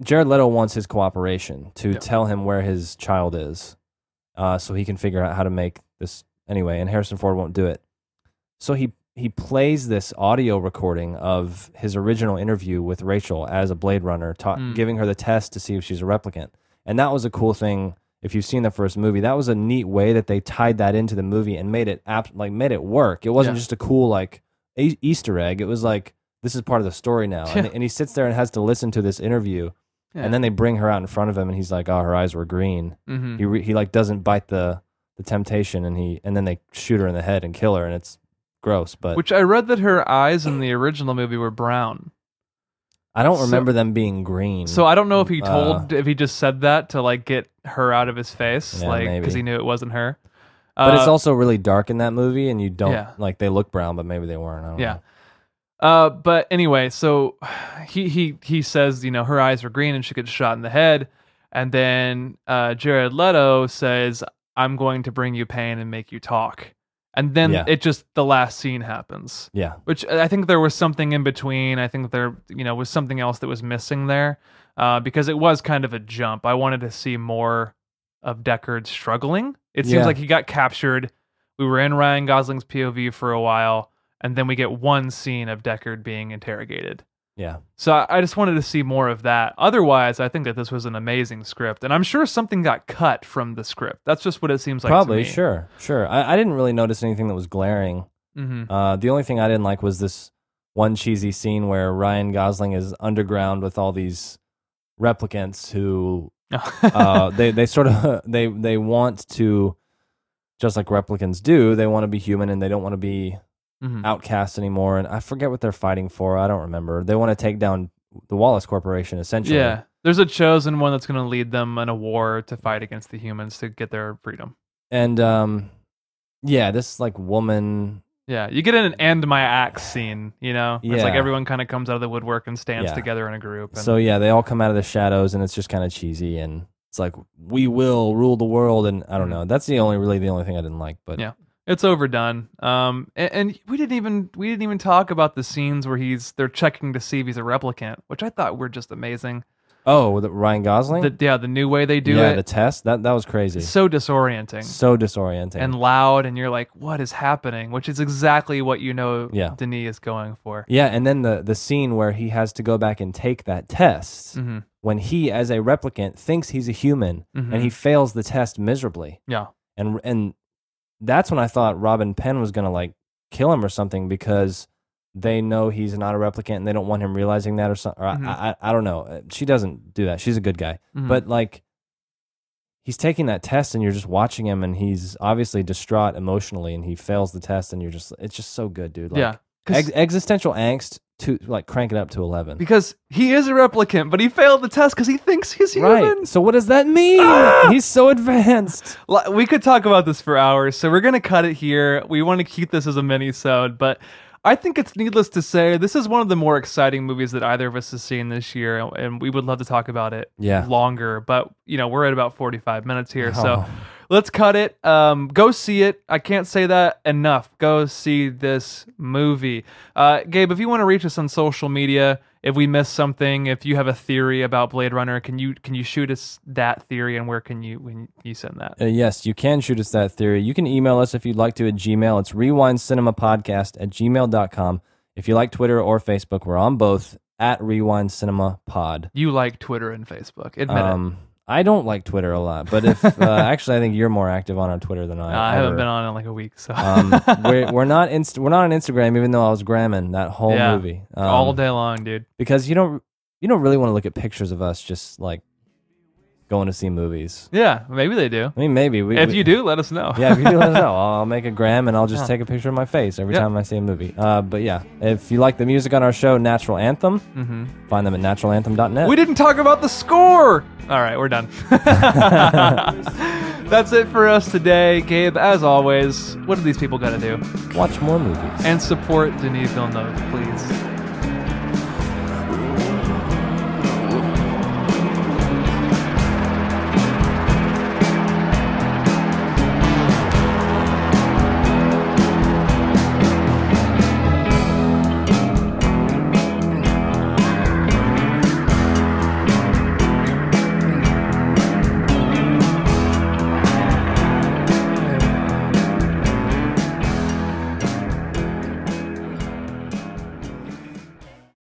Jared Leto wants his cooperation to Yep. tell him where his child is, uh, so he can figure out how to make this anyway. And Harrison Ford won't do it, so he he plays this audio recording of his original interview with Rachel as a Blade Runner, ta- Mm. giving her the test to see if she's a replicant. And that was a cool thing. If you've seen the first movie, that was a neat way that they tied that into the movie and made it app like made it work. It wasn't Yeah. just a cool like e- Easter egg. It was like this is part of the story now. And, Yeah. and he sits there and has to listen to this interview. Yeah. And then they bring her out in front of him, and he's like, "Oh, her eyes were green." Mhm. He re- he like doesn't bite the the temptation, and he and then they shoot her in the head and kill her, and it's gross. But Which I read that her eyes in the original movie were brown. I don't So- remember them being green. So I don't know if he Uh, told if he just said that to like get her out of his face, Yeah, like because maybe. he knew it wasn't her. but it's Uh, also really dark in that movie, and you don't Yeah. like they look brown, but maybe they weren't. I don't Yeah. know. Uh, but anyway, so he he he says, you know, her eyes were green and she gets shot in the head, and then uh, Jared Leto says, "I'm going to bring you pain and make you talk," and then Yeah. it just the last scene happens, yeah, which I think there was something in between. I think there you know was something else that was missing there, uh, because it was kind of a jump. I wanted to see more of Deckard struggling. It seems Yeah. like he got captured. We were in Ryan Gosling's POV for a while, and then we get one scene of Deckard being interrogated. yeah. So I, I just wanted to see more of that. Otherwise, I think that this was an amazing script, and I'm sure something got cut from the script. That's just what it seems like. to Probably me. sure, sure. I, I didn't really notice anything that was glaring. Mhm. Uh, the only thing I didn't like was this one cheesy scene where Ryan Gosling is underground with all these replicants who uh, they they sort of they they want to just like replicants do they want to be human and they don't want to be Mhm. outcast anymore and i forget what they're fighting for i don't remember they want to take down the wallace corporation essentially Yeah. There's a chosen one that's going to lead them in a war to fight against the humans to get their freedom. and um yeah this like woman Yeah. You get in an end my axe scene, you know? It's like Yeah. everyone kind of comes out of the woodwork and stands Yeah. together in a group. And so yeah they all come out of the shadows and it's just kind of cheesy and it's like we will rule the world and i don't know that's the only really the only thing i didn't like but Mm. Yeah. it's overdone. Um, and, and we didn't even we didn't even talk about the scenes where he's they're checking to see if he's a replicant, which I thought were just amazing. oh the ryan gosling The, yeah, the new way they do yeah it, the test that that was crazy it's so disorienting. so disorienting and loud and you're like what is happening which is exactly what you know Yeah. denis is going for yeah and then the the scene where he has to go back and take that test Mhm. when he as a replicant thinks he's a human and he fails the test miserably Mm-hmm. yeah and and that's when I thought Robin Penn was gonna like kill him or something because they know he's not a replicant and they don't want him realizing that or something. Or I- Mhm. I, I I don't know. Uh, She doesn't do that. She's a good guy, Mhm. but like he's taking that test and you're just watching him and he's obviously distraught emotionally and he fails the test and you're just it's just so good, dude. Like, yeah 'Cause- ex- existential angst to like crank it up to eleven. because he is a replicant but he failed the test because he thinks he's human Right. So what does that mean? He's so advanced. Li- we could talk about this for hours so we're gonna cut it here we want to keep this as a mini sode but i think it's needless to say this is one of the more exciting movies that either of us has seen this year and- and we would love to talk about it Yeah. longer but you know we're at about 45 minutes here Oh. so let's cut it um go see it i can't say that enough go see this movie uh gabe if you want to reach us on social media if we miss something if you have a theory about blade runner can you can you shoot us that theory and where can you when you send that Uh, yes, you can shoot us that theory. You can email us if you'd like to at Gmail. It's rewindcinemapodcast at gmail.com. If you like Twitter or Facebook, we're on both at Rewind Cinema Pod. you like twitter and facebook admit it Um, I don't like Twitter a lot, but if uh, actually, I think you're more active on our Twitter than I. Uh, I haven't ever. been on in like a week so um, we're, we're not inst- we're not on Instagram, even though I was gramming that whole Yeah. movie um, all day long dude because you don't you don't really want to look at pictures of us just like going to see movies. yeah maybe they do I mean, maybe we, if we- you do let us know yeah, if you do, let us know. I'll I'll make a gram and I'll just Yeah. take a picture of my face every Yeah. time I see a movie. Uh, but yeah, if you like the music on our show, Natural Anthem, hmm find them at naturalanthem.net. We didn't talk about the score. All right, we're done. That's it for us today, Gabe. As always, what do these people got to do? Watch more movies. And support Denis Villeneuve, please.